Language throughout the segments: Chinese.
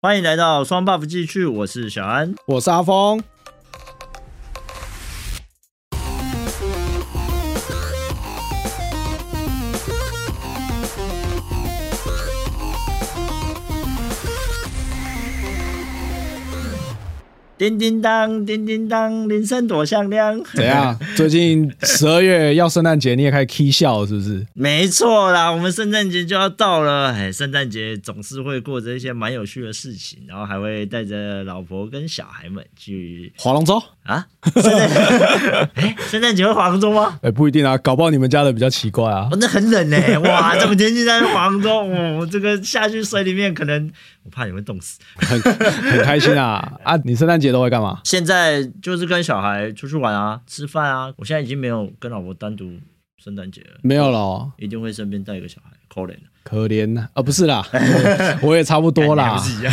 欢迎来到双 buff 继续，我是小安。我是阿 峰。叮叮当，叮叮当，铃声多响亮。怎样？最近十二月要圣诞节，你也开始 K 笑了是不是？没错啦，我们圣诞节就要到了，哎，圣诞节总是会过着一些蛮有趣的事情，然后还会带着老婆跟小孩们去划龙舟？啊，圣诞，哎，圣诞 节会划龙舟吗？哎、不一定啊，搞不好你们家的比较奇怪啊哦，。那很冷哎、哇，这么天气在划龙舟，我、这个下去水里面可能我怕你们冻死。很很开心 啊啊！你圣诞节都会干嘛？现在就是跟小孩出去玩啊，吃饭啊，我现在已经没有跟老婆单独圣诞节了，没有了、哦，一定会身边带一个小孩，可怜。可怜呐啊！不是 啦，我也哎差不多啦还。是一样，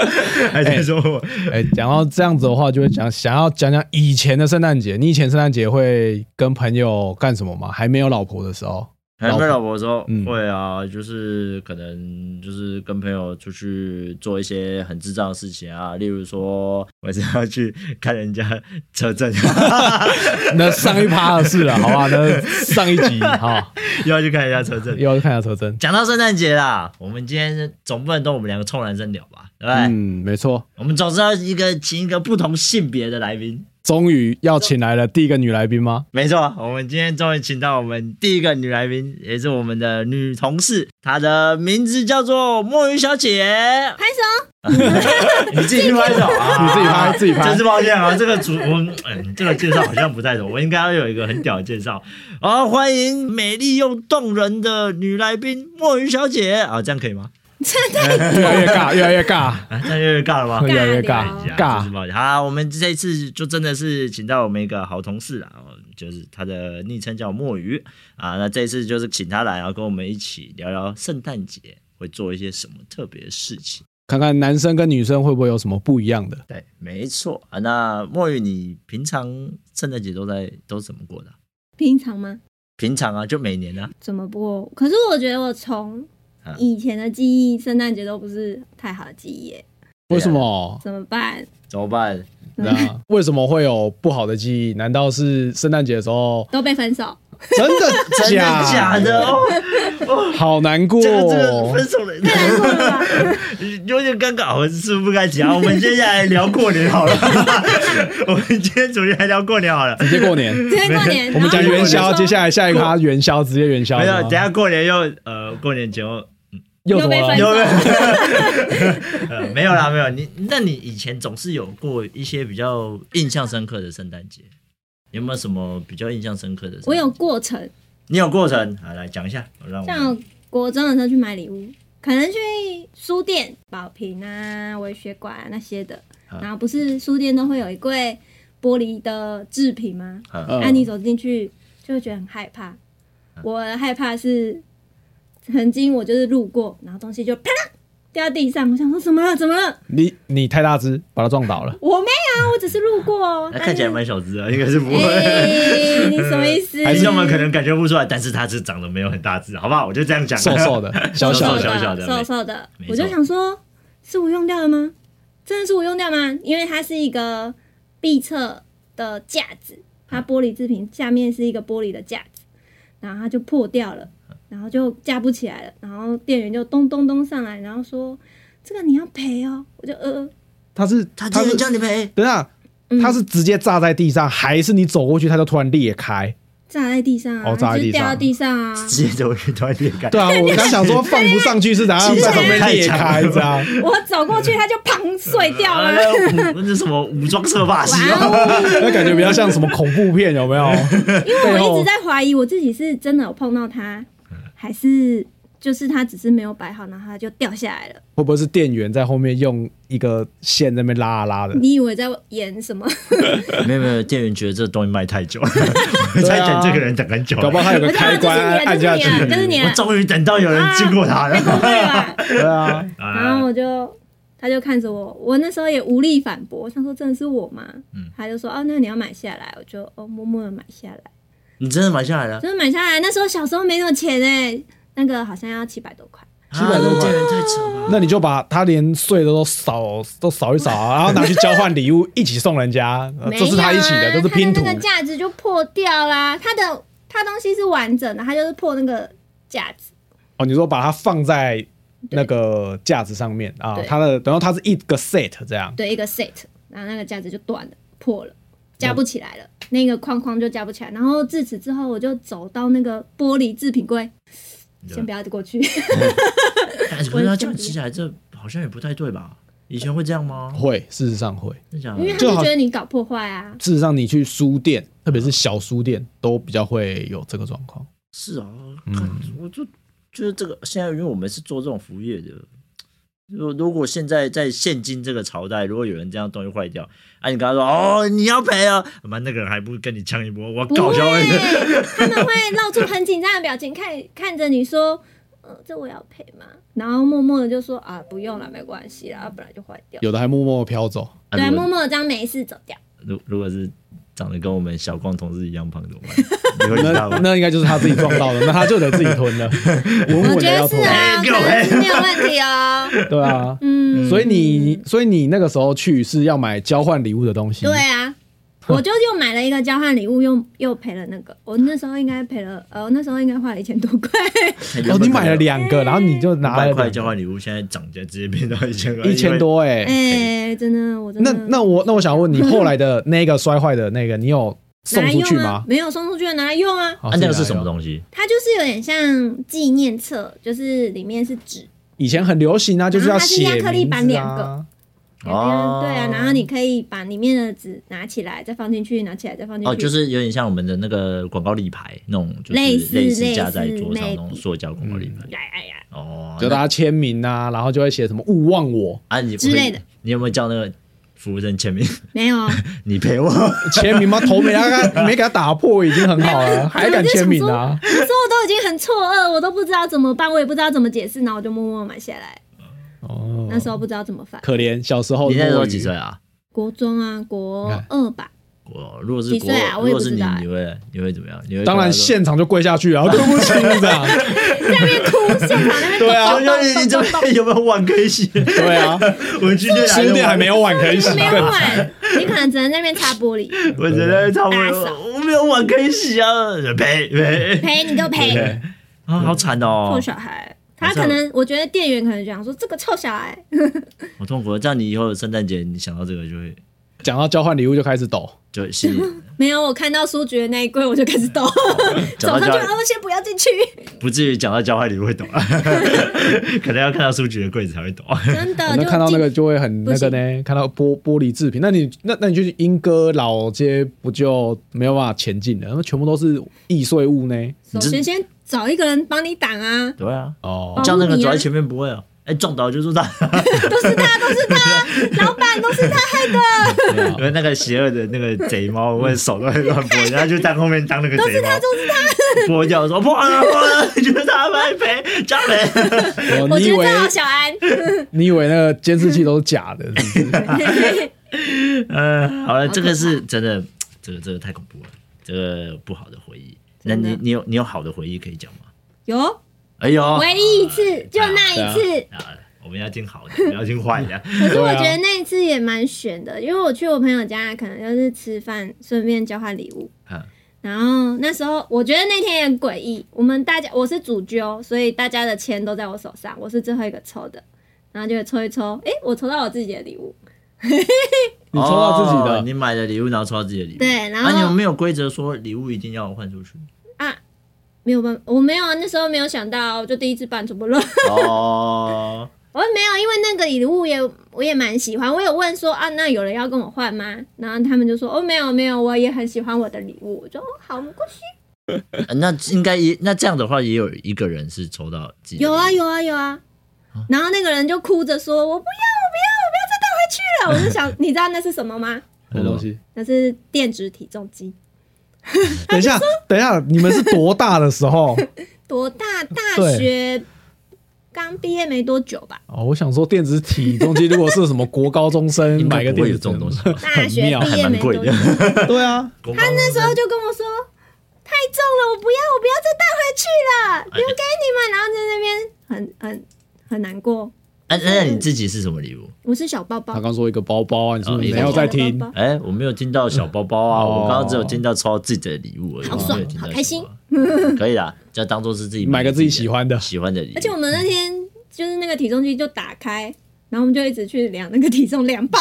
还在说我哎、讲到这样子的话，就会讲想要讲讲以前的圣诞节。你以前圣诞节会跟朋友干什么吗？还没有老婆的时候？还老被婆老婆说嗯会啊，就是可能就是跟朋友出去做一些很智障的事情啊，例如说我是要去看人家车震， 那上一趴的事了，好吧？那上一集哈，又要去看人家车震。 又要看一下车真。讲到圣诞节啦，我们今天总不能都我们两个臭男生聊吧，对不对？嗯，没错。我们总是要一个请一个不同性别的来宾。终于要请来了第一个女来宾吗？没错，我们今天终于请到我们第一个女来宾，也是我们的女同事，她的名字叫做墨鱼小姐。拍 手，你自己去拍手啊！你自己拍自己拍真是抱歉啊！这个主我们嗯，这个介绍好像不太懂，我应该要有一个很屌的介绍。好，欢迎美丽又动人的女来宾墨鱼小姐啊，这样可以吗？真的越来越 尬，越来越尬，啊，这样越来越尬了吗会？越来越尬尬啊真尬是。抱歉。好，我们这一次就真的是请到我们一个好同事啦，哦就是他的昵称叫墨鱼啊。那这一次就是请他来，然后跟我们一起聊聊圣诞节会做一些什么特别的事情。看看男生跟女生会不会有什么不一样的？对，没错啊。那墨雨，你平常圣诞节都在都是怎么过的啊、平常吗？平常啊，就每年啊，怎么播？可是我觉得我从啊以前的记忆，圣诞节都不是太好的记忆耶，啊为什么？怎么办？怎么办？对 啊，为什么会有不好的记忆？难道是圣诞节的时候？都被分手，真的 真的假的？哦？好难过这个这个分哦。手了，太难过了吧？ 有点尴尬，我是不该讲。我们接下来聊过年 好了，我们今天主题来聊过年好了。直接过年，直接过年，我们讲然后元宵，就说接下来下一趴元宵，直接元宵。没有，是吗等一下过年又呃，过年前后又怎又么被分了？有手没有了，？呃，没有啦，没有。你那你以前总是有过一些比较印象深刻的圣诞节，有没有什么比较印象深刻的？我有过程，你有过程，好来讲一下，让我像们我国中的时候去买礼物，可能去书店、宝瓶啊、微血管啊那些的，啊然后不是书店都会有一柜玻璃的制品吗？嗯嗯啊那你走进去就会觉得很害怕。我的害怕是，曾经我就是路过，然后东西就啪啦掉地上，我想说怎么了？怎么了？你你太大只，把它撞 倒了，我没有，我只是路过哦。那看起来蛮小只的，应该是不但 是……会。哎，你什么意思？还是我们可能感觉不出来，但是它是长得没有很大只，好不好？我就这样讲。瘦瘦，的，小瘦小瘦的。哦小小的的，瘦瘦的没，错我就想说，是我用掉了吗？真的是我用掉吗？因为它是一个壁侧的架子，它玻璃制品下面是一个玻璃的架子，然后它就破掉了，然后就架不起来了，然后店员就咚咚咚上来，然后说这个你要赔哦，我就呃，它是它它竟是然叫你哎赔，等一下，嗯它是直接炸在地上，还是你走过去它就突然裂开？炸在地上啊，哦炸在就地上是掉到地上啊，直接走去突然裂开。 对啊，我刚想说放不上去是怎样其实在旁边太裂强开了这样。我走过去它就砰碎掉啊，哎了，那武那什么武装色法系哇哦，哦！那感觉比较像什么恐怖片，有没有？因背为我后一直在怀疑我自己是真的有碰到它，还是就是它只是没有摆好，然后它就掉下来了。会不会是店员在后面用一个线在那边拉啊拉的？你以为在演 什么？没有没有，店员觉得这东西卖太久了，我在等这个人等很久了。啊搞不好他有我个知道开了，关按就是下你去了，就是你。了，就是你我了，终于等到有人经过他了太。过分 了吧。对啊，然啊后我就。他就看着我，我那时候也无力反驳，我想说真的是我吗？嗯他就说哦，那你要买下来，我就哦默默的买下来，你真的买下来了？欸真的买下来。那时候小时候没有钱哎、那个好像要七百多块，七百多块啊店。员太扯了吧。那你就把他连碎的都扫都扫一扫啊、然后拿去交换礼物，一起送人家，呃 没这是他一起的，有这啊是拼图它的那。个架子就破掉啦。它的它东西是完整的，它就是破那个架子。哦，你说把它放在那个架子上面啊对，它的，然后它是一个 set 这样。对，一个 set，然后那个架子就断了，破了，加不起来了，那个框框就加不起来。然后自此之后，我就走到那个玻璃制品柜，先不要过去。但哎是可是他这样骑起来，这好像也不太对吧？以前会这样吗？会，事实上会。真假 因的？为他就就好觉得你搞破 坏啊，事实上，你去书店，特别是小书店，都比较会有这个状况。是啊，看我就觉得这个现在，因为我们是做这种服务业的。如如果现在在现今这个朝代，如果有人这样东西坏掉，啊，你跟他说哦，你要赔啊，妈那个人还不如跟你呛一波，我不搞会笑一个。， 他们会露出很紧张的表情，看看着你说，呃，这我要赔吗？然后默默的就说啊，不用了，没关系啦，本来就坏掉。有的还默默地 飘走，啊对，如默果默的当没事走掉。如如果是长得跟我们小光同事一样胖怎么办？ 你会理他那 吗？那应该就是他自己撞到的，那他就得自己吞 了，稳我稳觉的要得是吞。啊，我给觉我得赔是没有问题哦。对啊，嗯，所以你，所以你那个时候去是要买交换礼物的东西。对 啊，我就又买了一个交换礼物，又又赔了那个。我那时候应该赔了，呃，我那时候应该花了一千多块。哦，你买了两个，然后你就拿了百两块个交换礼物，现在涨价直接变到一千块，一千多哎、 哎、真的，我真那的那我那我想 问你，后来的那个摔坏的那个，你有送拿来出用去啊吗？？没有送出去，拿来用啊。哦啊，那个是什么？东西？它就是有点像纪念册，就是里面是纸，以前很流行啊，就是要写然嗯后它是亚克力版名字两啊个。有没有哦对啊，然后你可以把里面的纸拿起来，再放进去，拿起来再放进去。哦，就是有点像我们的那个广告立牌那种，就是类似类似架在类似桌上那种 maybe 塑胶广告立牌。呀呀呀，哦，就大那家签名啊，然后就会写什么勿忘我，啊你之类的，你有没有叫那个服务生签名？ 没有啊，你陪我，签名吗？头没 他没给他打破已经很好了，还敢签名啊？那时候我都已经很错愕，我都不知道怎么办，我也不知道怎么解释，然后我就默默买下来。哦，那时候不知道怎么办。可怜小时候你的那时候摸鱼几岁？啊？国中啊，国看二吧，我如果是几国岁啊，我如也果不是知你道，哎你会你会怎么样？你会当然跟他说现场就跪下去啊，对不起这样。在那边哭，现场那边对啊有有你这边有没有碗可以洗？对啊，我去那 书店还没有，有碗可以洗你，没有碗，你可能只能在那边擦玻璃，我觉得差不打扫多，我没有碗可以洗啊，赔赔赔你就赔，啊，好惨哦臭！小孩。他可哦能，我觉得店员可能讲说这个臭小孩，好痛苦，哦这样你以后圣诞节你想到这个就会讲到交换礼物就开始抖。就心里没有我看到书局的那一柜我就开 始抖，讲到走上交去，换哦，先不要进去，不至于讲到交换礼物会懂 啊，可能要看到书局的柜子才会懂。真的 那就看到那个进啊就会很那个呢，看到玻玻璃制品，那你那那你去莺歌老街不就没有办法前进了？那全部都是易碎物呢。首先先找一个人帮你挡啊，对啊，哦，叫那个走在前面不会啊，哎撞倒就是他，都是他，都是 他，老板都是他害的，对啊因为那个邪恶的那个贼猫，我手都会乱拨，然后就在后面当那个贼猫， 拨掉说破了破了，就是他来赔加赔。哦我你以觉得为最好小安，你以为那个监视器都是假 的？是不是嗯， 好了，怕这个是真的，这个这个太恐怖了，这个不好的回忆。那真的你你有你有好的回忆可以讲吗？ 有哦哎呦，唯一一次，就那一次，啊，我们要听好的，不要听坏的。 嗯可是我对啊觉得那一次也蛮悬的，因为我去我朋友家，可能就是吃饭，顺便交换礼物。嗯然后那时候我觉得那天也很诡异，我们大家我是主揪，所以大家的钱都在我手上，我是最后一个抽的，然后就抽一抽，诶，我抽到我自己的礼物， 你抽到自己哦的，你买的礼物，然后抽到自己的礼物。对然后啊、你有没有规则说礼物一定要换出去？没有办法，我没有那时候没有想到，就第一次办怎么了？哦， 我说没有，因为那个礼物也我也蛮喜欢，我有问说啊，那有人要跟我换吗？然后他们就说哦没有没有，我也很喜欢我的礼物，我就哦好，没关系。呃那应该也那这样的话，也有一个人是抽到自己的有啊礼物有啊有啊，然后那个人就哭着说：“我不要，我不要，我不要 再带回去了。”我就想，你知道那是什么吗？什么东西？那是电子体重机，等一下，等一下，你们是多大的时 候？多大？大学刚毕业没多久 吧，哦，我想说电子体重机，如果是什么国高中生应买该个不电会有子这种东西。 吧？大学妙毕业还没蛮多贵久的，。 对啊，他那时候就跟我说：“太重了，我不要，我不要再带回去了，留给你们。”然后在那边很很很难过。哎、那你自己是什么礼物？我是小抱他抱，刚说一个包包啊，你是不哦是一个没有在小听包？包哎、我没有听到小包包啊，嗯我刚刚只有哦听到抽到自己的礼物而已，好我爽没有听到好开心小包包。可以啦，就当做是自己买个自己 喜欢欢的，喜欢的礼物。而且我们那天就是那个体重机就打开，然后我们就一直去量那个体重，量爆。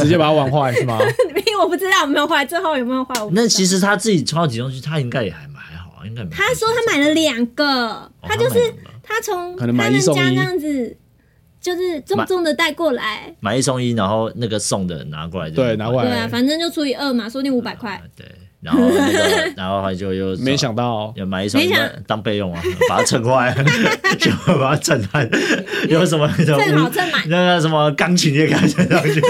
直接把它玩坏是吗？因为我不知道有没有坏，最后有没有坏，我不知道那其实他自己抽到体重去，他应该也还蛮还好，啊应该没。他说他买了两个，哦，他就是买两个他从可他能买们一家送一这样子，就是重重的带过来。买一送一，然后那个送的拿过来就对，拿过对啊，来，反正就除以二嘛，说不定五百块。对，然后那 个然后他就又说没想到要买一双没想当当备用啊，把它衬 坏，就把它衬坏，有什么嗯正正好正满那个什么钢琴也给它衬上 去，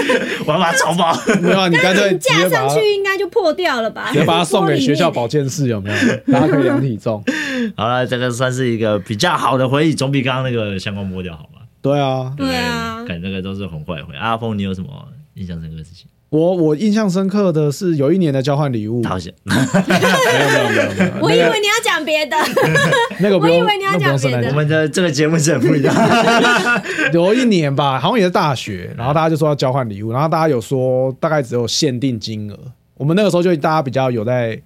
我要把它超爆。没有啊，你干脆直架接把上它去应该就破掉了吧？直接把它送给学校玻璃面保健室有没 有？大家可以量体重。好了，这个算是一个比较好的回忆，总比刚刚那个相关摸掉好吧？对啊，对啊感觉那个都是很坏的回忆。阿峰，你有什么印象深刻的事情？我我印象深刻的是有一年的交换礼嗯物，好险，没有没有没有没有，那个我以嗯为你要讲别的，那个不我用，以为你要那不用讲别圣的诞我节，们的这个节目是很不 一样。有一年吧，好像也是大学，然后大家就说要交换礼物，然后大家有说大概只有限定金额，我们那个时候就大家比较有在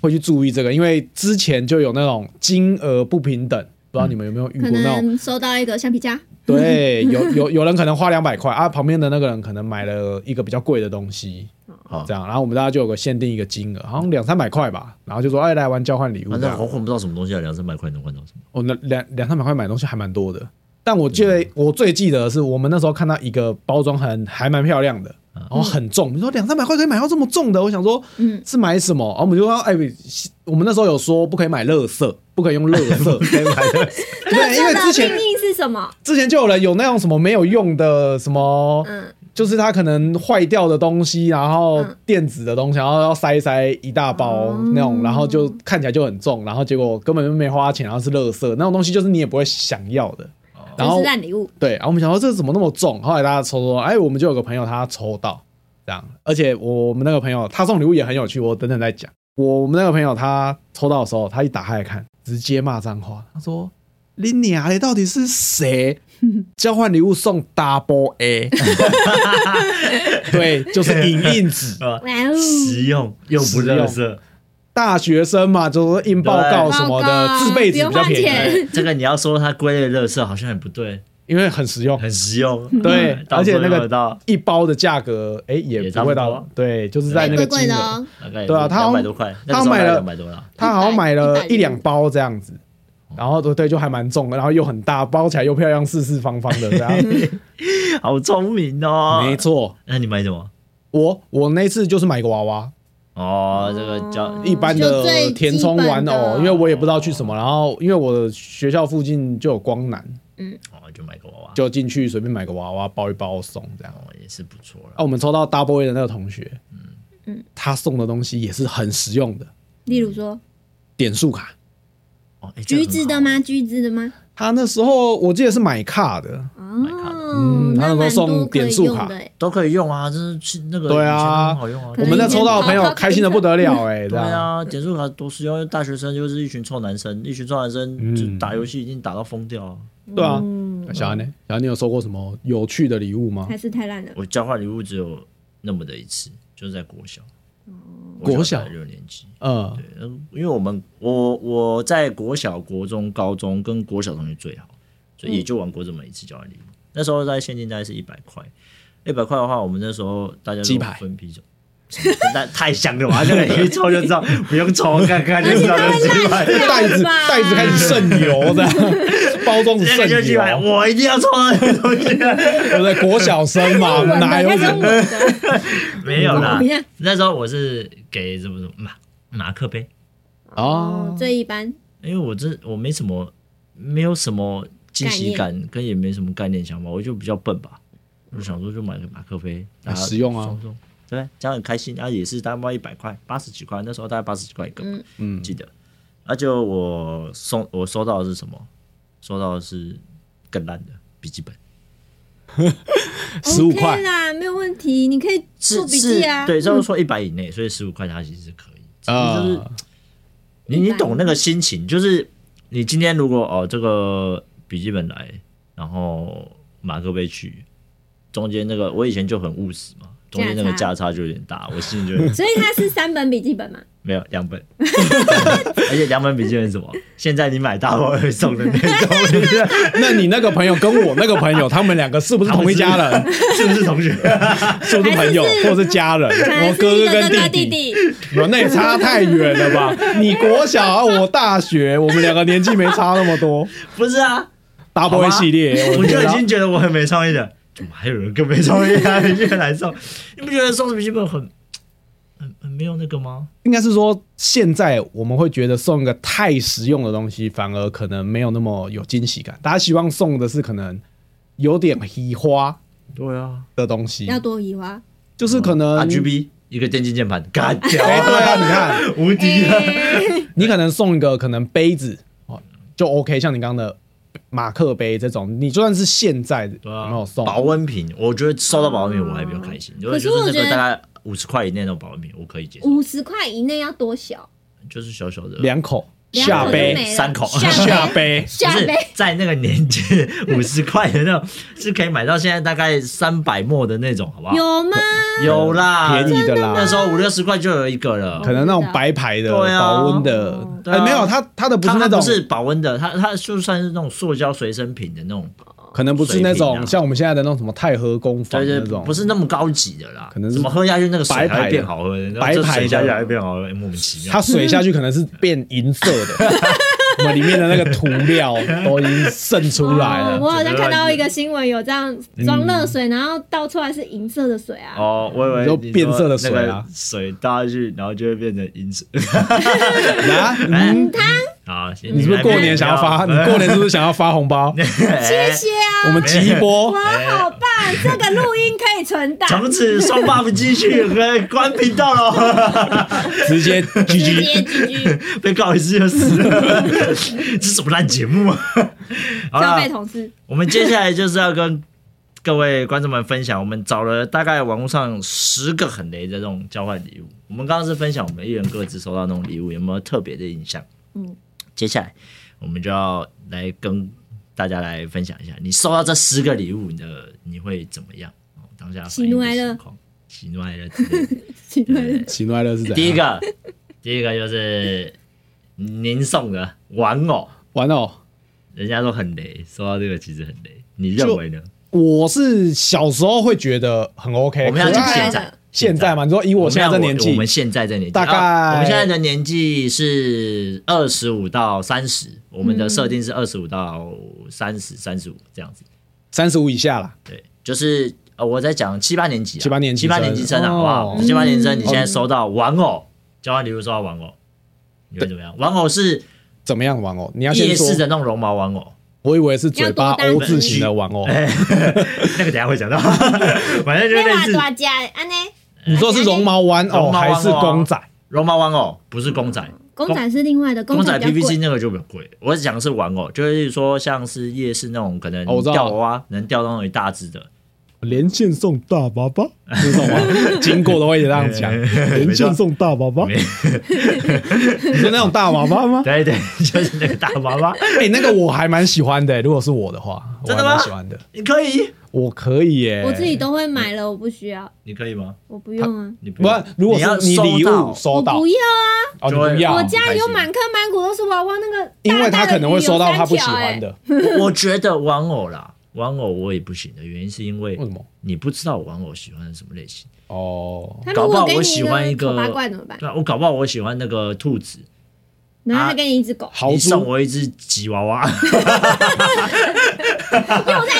会去注意这个，因为之前就有那种金额不平等，不知道你们有没有遇嗯可过那种？能收到一个橡皮擦，对，有有有人可能花两百块啊，旁边的那个人可能买了一个比较贵的东西，好这，样，然后我们大家就有个限定一个金额，好像两三百块吧，然后就说哎来玩交换礼物反这正样我。混不到什么东西啊，两三百块能换到什么？我那两两三百块买东西还蛮多的，但我记嗯得我最记得的是我们那时候看到一个包装很还蛮漂亮的，嗯然后很重，你说两三百块可以买到这么重的，我想说嗯，是买什么？然后我们就说哎，我们那时候有说不可以买乐色，不可以用乐 色，可以买的。 对，哎因为之前定义是什么？之前就有人有那种什么没有用的什么，嗯，就是它可能坏掉的东西，然后嗯电子的东西，然后要塞一塞一大包哦那种，然后就看起来就很重，然后结果根本就没花钱，然后是垃圾那种东西，就是你也不会想要的。哦然就后是烂礼物，对，啊然后我们想说这怎么那么重，后来大家抽抽，哎，我们就有个朋友他抽到这样，而且我们那个朋友他送礼物也很有趣，我等等再讲。我们那个朋友他抽到的时候，他一打开来看，直接骂脏话，他说：“你娘的，到底是谁交换礼物送 double A？” 对，就是影印纸，啊哇哦，实用又不热 色，大学生嘛，就是印报告什么报的，告自备纸比较不用花便宜，钱哎这个你要说它归类热色好像也不对，因为很实用。很实用。 对嗯到而且时候那个用得到一包的价格，哎、也也不会差不到多，对，就是在那个贵金贵的额。哦，大概对啊他好两像百多块，他好像买了两百多啦。他好像买了100一两包这样子，然后对对，就还蛮重的，然后又很大，包起来又漂亮，四四方方的这样。好聪明哦。没，错，那你买什么？我我那次就是买个娃娃，哦，这个叫哦一般就最的基填充玩本偶，的因为我也不知道去什么，然后因为我的学校附近就有光南，哦，就买个娃娃，就进去随便买个娃娃包一包送这样。哦也是不错啊，了。我们抽到 Double A 的那个同学，嗯他送的东西也是很实用的，例如说点数卡。哦，哎橘子的？吗？橘子的吗？他那时候我记得是买卡的，哦，嗯他那那蛮时候多送可以点数用卡的欸这很好都可以用啊，就是去那个对啊以前很好用啊。可我能们那以前哦抽到的淘朋友宝开心的不得了哎，这对样。啊，点数卡多实用，因为大学生就是一群臭男生，一群臭男生嗯就打游戏已经打到疯掉啊。对啊，嗯，小安呢？小安，你有收过什么有趣的礼物吗？还是太烂了。我交换礼物只有那么的一次，就是在国小，哦国小大概六年级。嗯，对，嗯因为我们我我在国小、国中、高中跟国小同学最好，所嗯以也就玩过这么一次交换礼物。那时候在现金大概是一百块，一百块的话，我们那时候大家鸡都排分批走。那太香了吧！这个一抽就知道，不用抽，看看就知道这 是鸡排。袋子这样吧袋子开始渗油的，包装纸这渗个就是鸡排，油，我一定要抽啊 到这个东西。对不对？国小生嘛， 我啊哪有啊的，可能？用我 的，没有 啦等一下，那时候我是给什么什么马马克杯，哦哦，最一般，因为我真我没什么，没有什么惊喜感，跟也没什么概念想法，我就比较笨吧。我就想说就买个马克杯，然后实用啊送送，对不对，这样很开心。然后也是大概一百块，八十几块，那时候大概八十几块一个吧，嗯嗯记得。而且我送我收到的是什么？收到的是更烂的笔记本， 15块 OK 啦，没有问题，你可以是做笔是记啊，，对，就是说一百以内，所以十五块它其实是可以，只是就是啊，你你懂那个心情，就是你今天如果哦这个笔记本来，然后马克杯去，中间那个我以前就很务实嘛，中间那个价价差就有点大，我心里就所以它是三本笔记 本嘛，没有两本， 而且两本笔记本是什么？现在你买大包会送的那种，那你那个朋友跟我那个朋友，他们两个是不是同一家 人？ 是不是同 学？是不是朋友还是或者是家人？可能我是一哥个跟哥弟弟弟，哇那也差太远了 吧？你国小啊，我大学，我们两个年纪没差那么 多。不是啊，好 Double 吧 A 系列，我觉就得已经觉得我很没创意了，怎么还有人更没创意啊？你越难受，你不觉得送笔记本很很很没有那个吗？应该是说，现在我们会觉得送一个太实用的东西，反而可能没有那么有惊喜感。大家希望送的是可能有点移花对啊的东西，要多 移花。就是可能。 ，RGB 一个电竞键盘，干掉哎，对啊，你看，无敌啊！哎你可能送一个可能杯子哦，就 OK，像你刚刚的马克杯这种，你就算是现在有对啊，没有送，保温瓶，我觉得收到保温瓶我还比较开心，因为可是就是那我觉个得大概五十块以内那种保温瓶，我可以接受，五十块以内要多小？就是小小的。两口两下口就杯没了三口 下下杯，杯，就下是杯，在那个年纪，五十块的那种是可以买到现在大概三百末的那种，好不好？有吗？有啦，便宜的啦那，时候五六十块就有一个了。可能那种白牌的对啊保温的哦，对哎，啊没有，它它的不它是那它不种，是保温的，它它就算是那种塑胶随身品的那种，可能不是水那瓶种啊像我们现在的那种什么太和工坊对对那，种，不是那么高级的啦。可能是怎么喝下去那个水白牌的还会变好喝，然后白这牌的水下去还会变好喝，哎莫名其妙。它水下去可能是变银色 的，我们里面的那个涂料都已经渗出来 哦了。我好像看到一个新闻，有这样嗯装热水，然后倒出来是银色的水啊。哦，我以为你说你说变色的水啊那个水倒下去，然后就会变成银水。啊，嗯， 啊，哎你你是不是过年想要发？你 过哎年是不是想要发红包？谢谢啊，我们集一哦波哇，，好棒！这个录音可以存档，从此双 buff 继续，哎关频道了，直接直 GG。接 GG，被告一次就死了， 这是什么烂节目啊？ 好消了费，同事我们接下来就是要跟各位观众们分享，我们找了大概网络上十个很雷的这种交换礼物。我们刚刚是分享我们一人各自收到那种礼物，有没有特别的印象？嗯，接下来我们就要来跟大家来分享一下，你收到这十个礼物，你的你会怎么样？哦当下反应的喜怒哀乐情况，喜怒哀乐之类的。奇怪了对 喜怒哀乐是怎样？第一个，第一个就是您送的玩偶，玩哦，人家说很雷，收到这个其实很雷，你认就为呢？我是小时候会觉得很 OK，我们要可讲爱现可爱在的，现在嘛？你说以我现在这年我纪们，现在这年纪，大概啊我们现在的年纪是二十五到三十，我们的设定是二十五到三十、三十五这样子。三十五以下啦，对，就是呃，我在讲七八年级啊，七八年级七八年级生啊，哦好不好？嗯七八年级生，你现在收到玩偶，交换礼物收到玩偶，你会怎么样？玩偶是怎么样玩哦？你要夜先说市，的那种绒毛玩偶， 我以为是嘴巴要多大 O 字形的玩哦哎偶，那个等一下会讲到， 反正就那类娃似大家安呢？你哎说是绒毛玩偶绒毛玩还偶是公仔？绒毛玩偶，不是公仔。公仔是另外的，公仔仔比 PVC 较贵。那个就比较贵，我讲的是玩偶，就是说像是夜市那种可能哦我知道吊娃娃能钓到那种一大只的，连线送大粑粑，是这种吗？经过都会这样 讲，连线送大粑粑，没 你说那种大粑粑吗？ 对对，就是那个大娃娃，哎，那个我还蛮喜欢的，如果是我的话，我真还的吗蛮喜欢的，你可以，我可以耶，我自己都会买了，我不需要，你可以吗？我不用啊，你不不要，如果要是你收礼到物收我到不，要哦，你就会不要，啊。我不开家心有满坑满谷都是娃娃，那个因为他大大的可能会收到鱼有他不喜三条欢欸。的。我觉得玩偶啦，玩偶我也不行的原因是因为为什么？你不知道玩偶喜欢什么类型，哦，哎他搞如不果好给我你喜欢一个丑八个怪怎么办？对啊，我搞不好我喜欢那个兔子，然后他给你一只狗，豪你送猪，我一只吉娃娃， 又在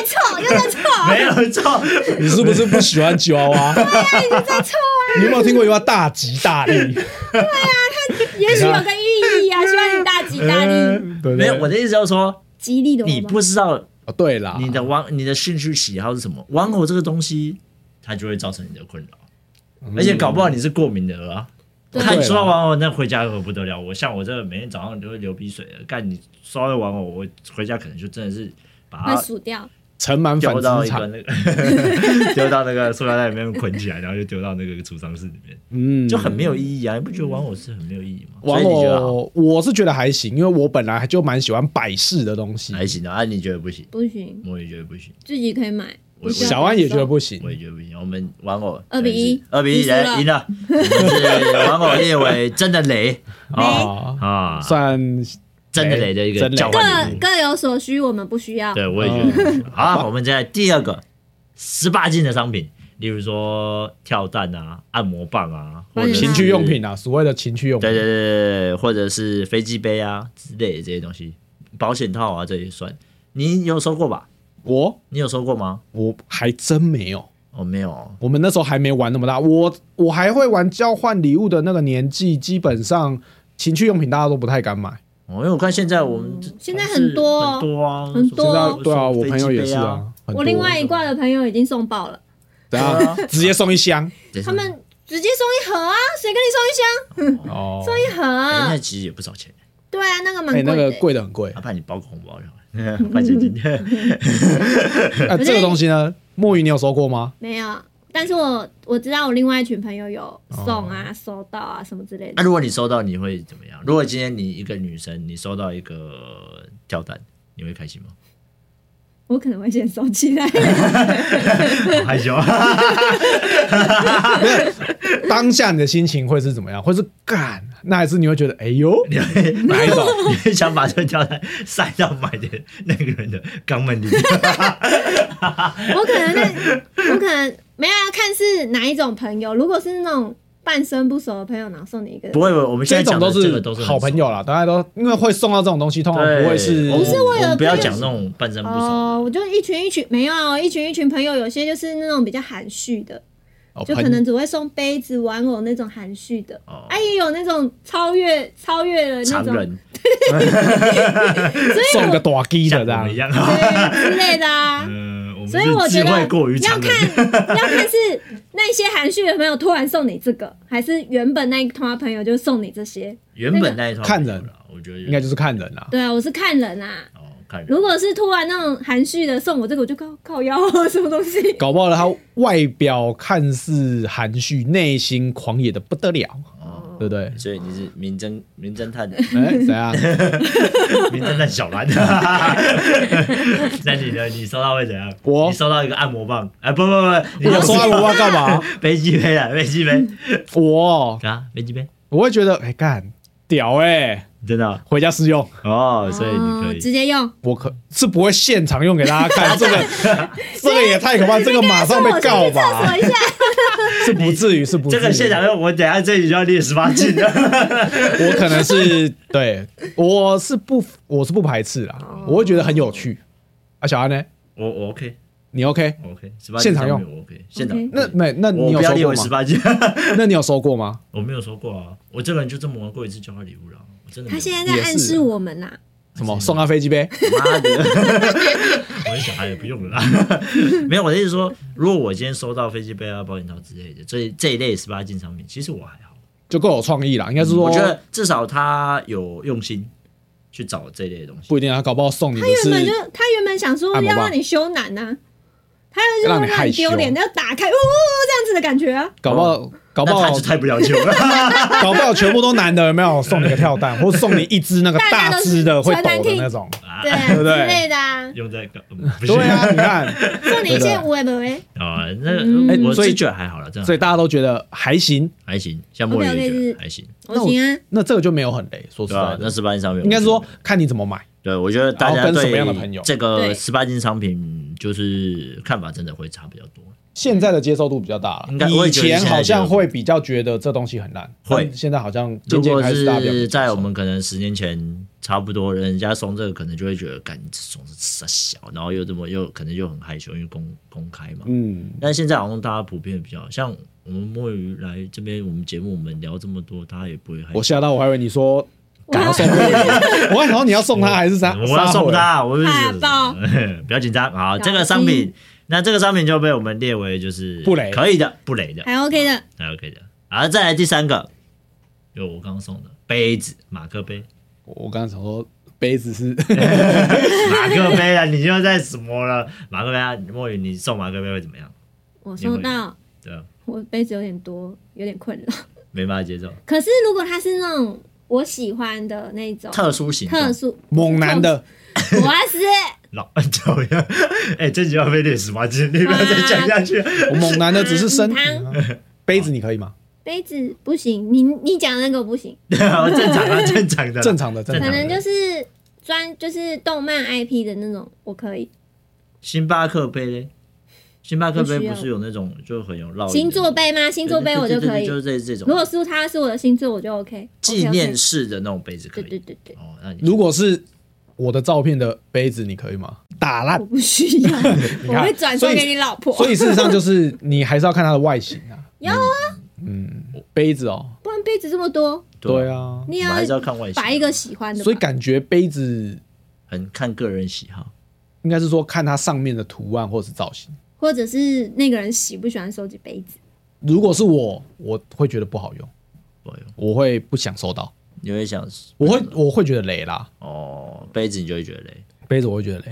臭，又在臭， 没有错，你是不是不喜欢吉娃 娃？你有没有听过一句话“大吉大利也许有个寓 意啊，希望你大吉 大”？利，对不没对有，我的意思就是说，吉利的娃娃。呃你不知道哦对啦，啊你的玩你的兴趣喜好是什么？玩偶这个东西，它就会造成你的困扰，嗯而且搞不好你是过敏的啊。对看你说到玩偶，那回家可不得了。我像我这个每天早上都会流鼻水的，干你稍微玩偶，我回家可能就真的是把会它数掉，盛满反丢到资一个产，那个 丢到那个塑料袋里面捆起来，然后就丢到那个储藏室里面，嗯，就很没有意义啊！你不觉得玩偶是很没有意义吗？玩所以你觉得好偶，我是觉得还行，因为我本来就蛮喜欢摆饰的东西。还行啊？啊你觉得不行？不行，我也觉得不行，自己可以买。我不需要小安也觉得不我行，也觉得不行。我们玩偶2比1二比一，你输了来赢了。我们是玩偶列为真的雷啊，啊，算真的雷的一个真雷交各换礼物。各有所需，我们不需要。啊对，我也觉得。好啊，我们再来第二个十八禁的商品，例如说跳蛋啊、按摩棒啊，或者是情趣用品啊，所谓的情趣用对品。对对对，对或者是飞机杯啊之类的这些东西，保险套啊这些算。你有收过吧？我你有收过吗？我还真没有，我、没有。我们那时候还没玩那么大，我我还会玩交换礼物的那个年纪，基本上情趣用品大家都不太敢买。哦，因为我看现在我们现在很多哦很多啊，很现多在哦对啊，我飞机朋友也杯是啊。啊，很多我另外一挂的朋友已经送爆了，怎样啊直接送一箱他他们直接送一盒啊，谁跟你哦，送一箱？一盒啊那，其实也不少钱，对啊，那个蛮哎，贵的那欸、个贵的很贵 他。怕你包个红包就好了，换现金。哎，这个东西呢，墨鱼你有收过吗？没有，但是我我知道我另外一群朋友有哦送啊、收到啊什么之类 那的，如果你收到，你会怎么样？如果今天你一个女生，你收到一个跳蛋，你会开心 吗？我可能会先收起来。好害羞啊！当下你的心情会是怎么样？会是干，那还是你会觉得哎呦， 你会哪一种？你会想把这个跳蛋塞到买的那个人的肛门里面？ 我可能在，我可能没有要看是哪一种朋友。如果是那种半生不熟的朋友，然后送你一个，不会，不会我们现这在讲种的都这个都是很好朋友啦，大家都因为会送到这种东西，通常对，不会是我们是我有我们不要朋友讲那种半生不熟哦，的。我就一群一群没有一群一群朋友，有些就是那种比较含蓄的，哦就朋可能只会送杯子、玩偶那种含蓄的。哦啊，也有那种超越超越了那常种人送个短鸡的像我啊这样们一。样，对啊之类的啊。呃，我们所以我是觉智得慧过于要常看人。要看是那些含蓄的朋友突然送你这个，还是原本那一团朋友就送你这些。原本那一套看没有人啦，我觉得应该就是看人啦，对啊，我是看人啊。哦，看人如果是突然那种含蓄的送我这个，我就靠靠腰啊什么东西。搞不好他外表看似含蓄，内心狂野的不得了，哦，对不 对？所以你是名侦名侦探哎，怎样？ 名侦探小 兰。那你呢？你收到会怎样？我你收到一个按摩棒？哎，不不不，你你有说按摩棒干嘛？飞机杯啊，飞机杯我啊，飞机杯，我会觉得，哎干，屌哎，真的啊回家试用，哦，所以你可哦以直接用。我可是不会现场用给大家 看，这个这个也太可怕，这个马上被告吧？哎我一下，是不至于，是不至这于。个现场用，我等一下这里就要列十八禁 了。我可 能是对，我是不我是不排斥啦，哦我会觉得很有趣。啊，小安呢？我我 OK 你 OK？我 OK，十八现场用我 OK，现场 OK 那没那你我有不要收列为过十吗？八禁，那你有收过吗？我没有收过啊，我这个人就这么玩过一次交换礼物了，我真的没他有。现在在暗示我们啊啦。什么送他飞机杯？ 妈的，我的小孩也不用了 啦。没有，我的意思是说，如果我今天收到飞机杯啊、保险套之类的这这一类十八禁商品，其实我还好， 就够有创意啦，应该是说，嗯我觉得至少他有用心去找这类的东西。不一定啊，他搞不好送你的原本就是他原本想说按摩要棒让你羞赧呐，他就是让你害让你丢羞脸，要打开，呜呜呜这样子的感觉啊。搞不好搞嗯那不好他就太不了解我了。 搞不好全部都男的，有没有送你个跳蛋，或送你一只那个大家大都是只的会抖传的单那种？对啊 对不对之类的啊，用在搞、嗯不是对啊，你 看，送你一些无为不为，啊，那嗯我所以是觉得还好了，这样所以大家都觉得还行。还行。像莫言也觉 OK，OK，得还行，我那我行啊，那这个就没有很雷，说实对吧、在那的，十八禁商品啊应该是我觉得说看你怎么买。对，我觉得大然家后跟对什么样的朋友这个对十八禁商品就是看法真的会差比较多。现在的接受度比较大了应该，我以也觉得前现在好像接受度会比较觉得这东西很烂，会但现在好像渐如渐果开始大家比较是接受在我们可能十年前差不多，人家送这个可能就会觉得，干你这送是傻小，然后又这么又可能又很害羞，因为公公开嘛。嗯，但现在好像大家普遍比较像我们摸鱼来这边，我们节目我们聊这么多，大家也不会害羞我。吓到我还以为你说我要送会员， 我还想说你要送他还是啥？我要送杀他，我就怕爆 嗯不要紧张。好，小这个商品，那这个商品就被我们列为就是不雷可以的，不雷的， 还 OK 的，还 OK 的。好，再来第三个，有我刚刚送的杯子，马克杯。回。我刚刚想说杯子是 马克杯啊，你又在什么了？马克杯啊，墨雨，你送马克杯会怎么样？我收到，对吧？我杯子有点多，有点困扰。没办法接受，可是如果它是那种我喜欢的那种特殊型特殊，猛男 的，我是老 讨厌。哎、这集要被历史吗？今天你不要再讲下去。我猛男的只是嗯身体吗，杯子你可以吗？杯子不行，你你讲那个不行，正常啊，正常的，正。常的，正正常的可常能就是专就是动漫 IP 的那种，我可以。星巴克杯嘞，星巴克杯不需要不是有那种就很有烙印的星座杯吗？星座杯我就对可对对对以就。是这这种。如果是它是我的星座，我就 OK。纪念式的那种杯子可对以。对对对，哦，那你如果是我的照片的杯子，你可以吗？打烂我，不 需要，我会转送所以给你老 婆。所以事实上就是你还是要看它的外形啊。有啊，嗯，杯子哦，不然杯子这么多，对，啊，你也我还是要要看外形，摆一个喜欢的吧。所以感觉杯子很看个人喜好。应该是说看它上面的图案或者是造型。或者是那个人喜不喜欢收集杯子，如果是我，我会觉得不好用，我有我会不想收到，你会想我会我会觉得雷啦，哦，杯子你就会觉得累。杯子我会觉得雷。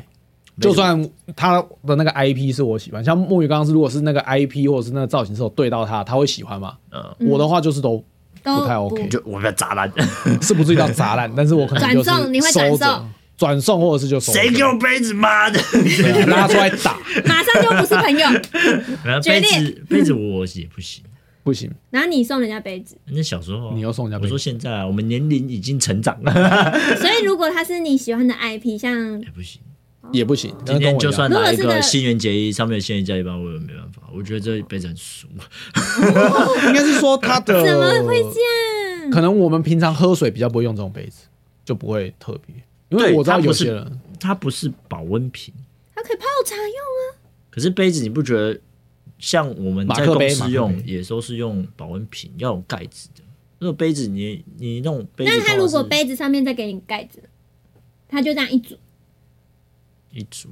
就算它的那个 IP 是我喜欢，像墨鱼刚刚是，如果是那个 IP 或者是那个造型是我对到它，他会喜欢吗？嗯，我的话就是都都不太 OK 你就我不要砸烂，是不至于到砸嗯烂，但是我可能就是转送你会收转着送，转送或者是就收着。谁给我杯子？妈的！对啊拉出来打？马上就不是 朋友。然后决杯裂子杯子我也不行。不行，然后你送人家杯子，那小时候啊你又送人家杯我子说现在啊，我们年龄已经成长了，所以如果他是你喜欢的 IP，像也不行。哦也不行。今天就算如果拿一是那个个新元结衣上面的新元加一半，我也没办法。我觉得这杯子很俗，那跟我一样应该是说它的怎么会这样？可能我们平常喝水比较不会用这种杯子，就不会特别。因为对我知道它有不是些人它不是保温瓶。它可以泡茶用啊。可是杯子你不觉得像我们在马克杯公司马用克杯也都是用保温瓶，要有盖子的。那个杯子你你那种杯子，那他如果杯子上面再给你盖子，他就这样一组，一组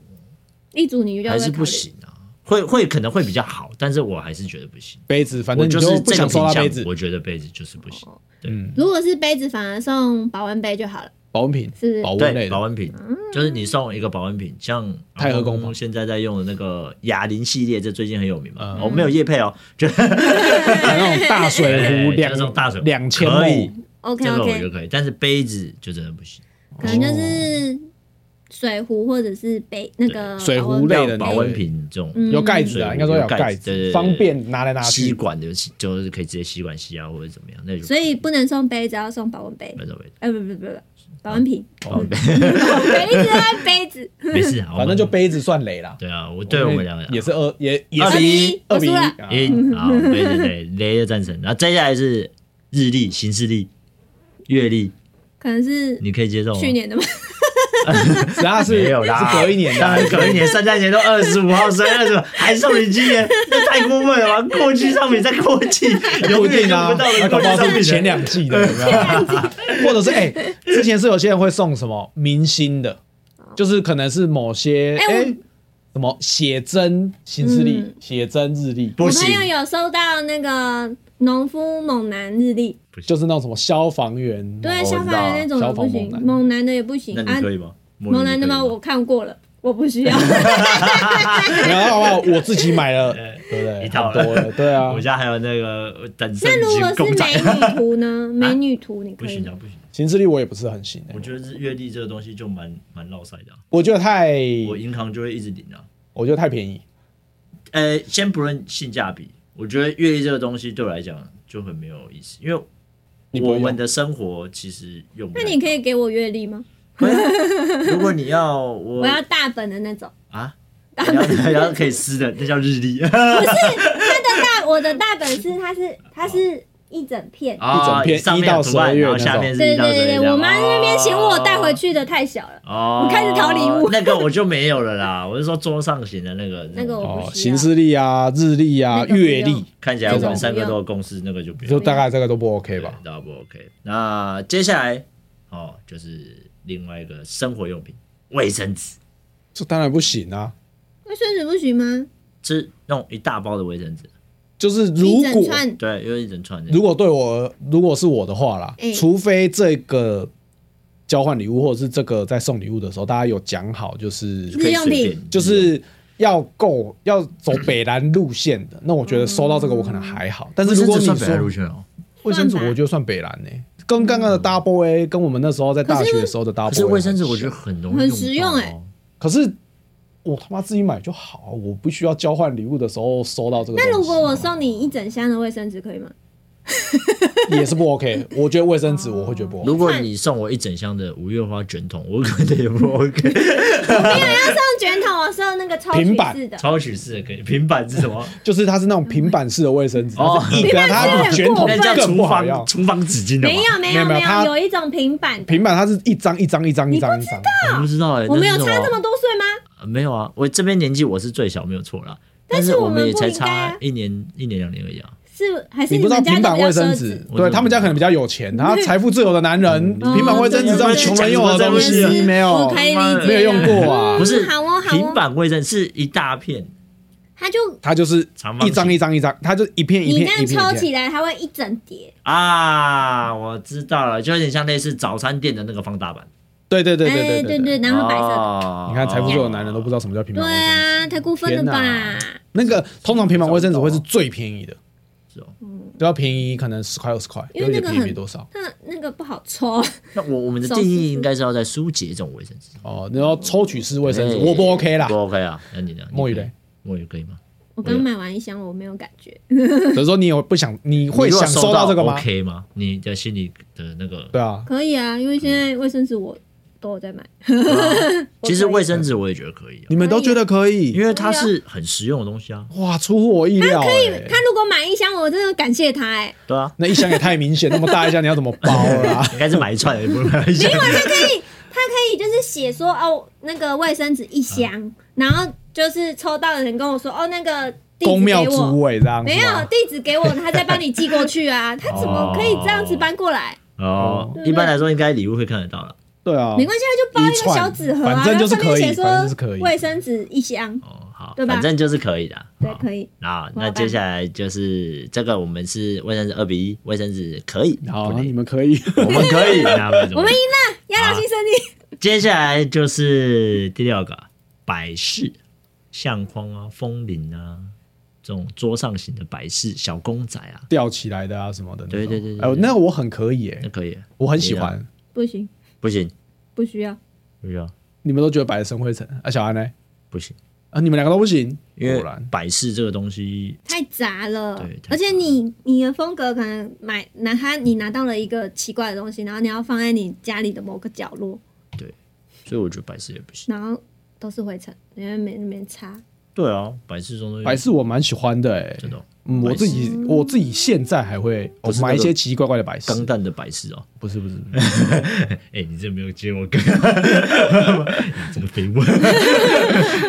一组你就要还会是考不虑。行啊，会会可能会比较好，但是我还是觉得不行。杯子，反我正你就是这不个想收品到杯相，子。我觉得杯子就是不行。嗯，如果是杯子，反而送保温杯就好了，保温瓶是不是保温类对，的保，温瓶嗯就是你送一个保温瓶，像太和宫吗现在在用的那个哑铃系列，这最近很有名嘛。嗯我没有叶配哦，就 那种大水壶对两就是那种大水壶两千可以 ml， ？OK 这个我 OK，就可以，但是杯子就真的不行。可能就是哦水壶或者是杯那个水壶保温类的杯保温瓶这种嗯有盖子啊，嗯应该说有有盖盖子对对对子，方便拿来拿吸去。管的，就是可以直接吸管吸啊，或者怎么样，那就所以不能送杯子，要送保温杯。没事没事哎，不不不不，保温瓶，保温杯杯子啊杯子。没事啊，我们反正就杯子算雷啦。对啊，我对我们两个也是二也也二是比一二比一我输了啊，一嗯好，对对对，雷的战神，然后接下来是日历、行事历、月历，可能是你可以接受吗？去年的吧，只要是没有啦是隔一年当的然，隔一年圣诞节都二十五号生日，二十还送你今年，这太过分了吧？过去商品再过去，不永一远定用啊，不到那的过搞不去好商品是前两季的，有没有 或者是哎，之前是有些人会送什么明星的，就是可能是某些哎我哎什么写真行事历嗯、写真日历，不我行朋，友有收到那个农夫猛男日历，就是那种什么消防员，对，哦消防员那种消的防不猛行，男猛男的也不行那啊你可。以吗？莫猛妮男的你可以吗？我看过了，我不需要。 然后好不好？我自己买 了，对不对？一套很多了，对啊我，家还有那个等身那如级果公是仔美，女图呢？美女图你不可以行啊，吗不行。行事历我也不是很行欸我觉得是阅历这个东西就蛮蛮绕塞的啊、我觉得太，我银行就会一直领啊。我觉得太便宜，呃，先不论性价比，我觉得阅历这个东西对我来讲就很没有意思，因为你不我会们用的生活其实用不那了。你可以给我阅历吗？如果你要我我要大本的那种。 啊，然后然后可以撕的，那叫日 历大我的大本是它是它是一整片。啊一整片上面一到有图案， 12月然后下面是对一到对十二对月对，这样我妈那边嫌我带回。去的太小了，哦，我开始淘礼物那个我就没有了啦。我是说桌上型的那个，那个我不哦需要，行事历啊、日历啊、那个不月历用，看起来我们三个都有共识，那个就不就用大概这个都不 OK 吧？？那不 OK。那接下来哦，就是另外一个生活用品，卫生纸，这当然不行啊！卫生纸不行吗？是那种一大包的卫生纸，就是如果一整串。对，有一整串的。哎如果对我如果是我的话啦，嗯除非这个交换礼物，或者是这个在送礼物的时候，大家有讲好，就是日用可以随品便就是要够要走北蓝路线的。那我觉得收到这个我可能还好，但是如果你算北来路说线哦，卫生纸，算吧我觉得算北蓝呢、跟刚刚的 Double A，跟我们那时候在大学的时候的 Double A，可是卫生纸我觉得很很像容易很用实到用哦欸可是我他妈自己买就好，啊我不需要交换礼物的时候收到这个东西。那如果我送你一整箱的卫生纸可以吗？也是不 OK，我觉得卫生纸我会觉得不 OK。如果你送我一整箱的五月花卷筒，我可能也不 OK。送卷筒，我送那个抽平取板式的，超取式的可以，平板是什么？就是它是那种平板式的卫生纸，哦它是一个它的卷哦筒那叫更厨不好用房。厨房纸巾的吗没？有没有没有没有没它有，有一种平板的，平板它是一张一张一张一张一张，我不知道哎、我们那有是什差这么多岁吗？呃没有啊，我这边年纪我是最小，没有错啦。但但是是我们们也不才应该啊差一年、一年两年而已啊。是还是你不知道们家平就板比较卫生奢纸侈？，我对就他们家可能比较有钱，他财富自由的男人，嗯平板卫生纸这种穷人用的东我也西是没有我可以理解，没有用过啊嗯不是好哦好平哦，板卫生是一大片，它就它就是长方形一张一张一张，它就一片一你片这一样片抽一片。起来，它会一整叠。啊，我知道了，就有点像类似早餐店的那个放大版。对对对对哎对对对对。然后白色的，哦你看财富自由的男人都不知道什么叫平对板卫生纸。啊，太过分了吧？那个通常平板卫生纸会是最便宜的，是哦都要便宜，可能十块二十块，因有为点那个便宜很没多少那那个不好抽，那我我们的手撕定义应该是要在疏解这种卫生纸。哦。然后抽取式卫生纸，哎我不 OK 啦不。OK 啊？那你呢？墨鱼你可以嘞？墨鱼可以吗？我哎刚买完一箱，我没有感觉。比如说你有不想，你会你如果想收到这个吗？ ？OK 吗？你的心里的那个，对啊，可以啊，因为现在卫生纸我都有在买。哎 我其实可以卫生纸我也觉得可以啊，你们都觉得可因以，为它是很实用的东西啊。哇，出乎我意料欸。他如果买一箱，我真的感谢他哎，对啊，那一箱也太明显，那么大一箱你要怎么包啊啦？应该是买一串，也不是买一 箱。 他可以就是写说哦，那个卫生纸一啊箱，然后就是抽到的人跟我说哦，那个 地址公庙给主我，委这样子没有吗？地址给我，他再帮你寄过 去啊，他怎么可以这样子搬过来？哦对，不对一般来说应该礼物会看得到了。对啊没，关系，他就包一个小纸盒啊，反正就是然后可以上面写反正就是可说以卫生纸一箱，哦，好，对吧反正就是可以的。对好，可以。那我要那接下来就是这个，我们是卫生纸二比一，卫生纸可以，好，不那能你们可以。 我们可 以，那为什么我们赢了，亚老新胜啊利。接下来就是第六个摆饰，相框啊、风铃啊，这种桌上型的摆饰，小公仔啊，吊起来的啊什么的那种，对对对对哎呦，对那个我很可以那哎，可以，啊我很喜欢。不行，不行，不需要。不需要，你们都觉得摆的生灰尘啊？小安呢？不行，啊，你们两个都不行，因为果然摆饰这个东西，太杂了对，太而且杂了你你的风格可能买拿它，你拿到了一个奇怪的东西，然后你要放在你家里的某个角落，所以我觉得摆饰也不行。然后都是灰尘，因为没没擦。对啊，摆饰这种东西，摆饰我蛮喜欢的哎真，的哦嗯，我自己我自己现在还会我不是那买个一些奇奇怪怪的摆饰，钢蛋的摆饰哦。 不是不是，哎，你这没有接我梗， 你这个废物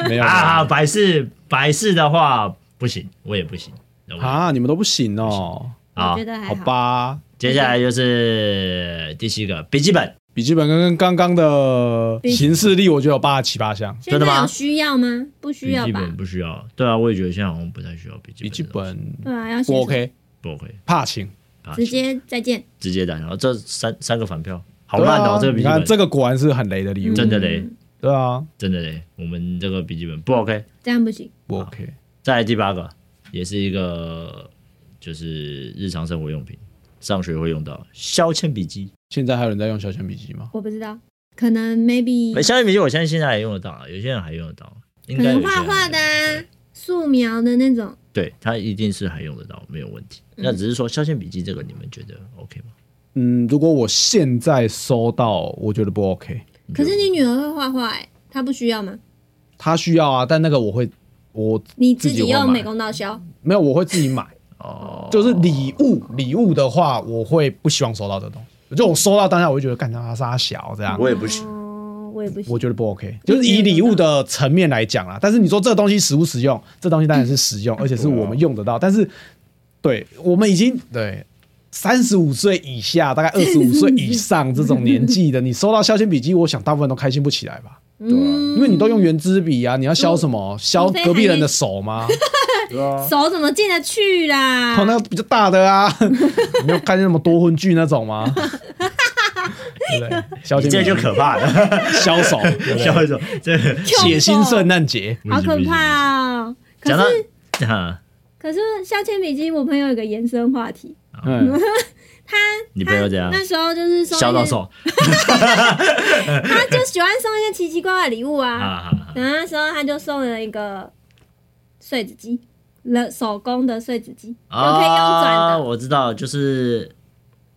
没有啊！啊摆饰摆饰的话不行，我也不行。啊，你们都不行哦，啊我觉，得还好吧，接下来就是第七个笔记本。笔记本跟刚刚的行事历，我觉得有八十七八项。现真的在吗有需要吗？不需笔要记吧本？不需要，对啊，我也觉得现在好像不太需要笔记笔记本的东西，本对啊，要写不什么 OK，不 OK，怕请。怕直写接再见。直接打，然后这三三个反票，好烂哦，这个对啊笔记你看本这个果然是很雷的礼物嗯，真的嘞，对啊，真的嘞，我们这个笔记本不 OK。这样不行。不 OK。再来第八个，也是一个就是日常生活用品，上学会用到削铅笔机，现在还有人在用小铅笔记吗？我不知道，可能 maybe 哎削铅笔机我相信现在还用得到啊，有些人还用得到，应可该有些能人画还画用的、得到啊、素描的那种，对，它一定是还用得到，没有问题。嗯那只是说削铅笔机这个，你们觉得 OK 吗？嗯，如果我现在收到，我觉得不 OK。可是你女儿会画画哎、她不需要吗？他需要啊，但那个我会，我你自自己己会买用美工刀削，没有，我会自己买。哦，就是礼物，礼物的话，我会不希望收到这东西。就我收到当下，我会觉得干他傻小这样，我也不行。哦，我也不行我。觉得不 OK。就是以礼物的层面来讲啦，但是你说这东西实不实用，这东西当然是实啊用，而且是我们用得到。但是，对我们已经对三十五岁以下，大概二十五岁以上这种年 纪的，你收到削铅笔机，我想大部分都开心不起来吧。嗯，因为你都用圆珠笔啊，你要削什么？削除非隔壁人的手吗？手怎么进得去啦？哦，那个比较大的啊，没有看见那么多婚剧那种吗？对不对？消你金这就可怕了，消手，对 不对笑一种这个血腥圣诞节，好可怕哦！可讲到是哈，可是消遣笔记，我朋友有个延伸话题，嗯，他你朋友怎样他那时候就是送一些笑到手他就喜欢送一些奇奇怪怪的礼物啊。啊，哈然后那时候他就送了一个碎纸机，人手工的碎纸机，有可以用转啊，的。我知道，就是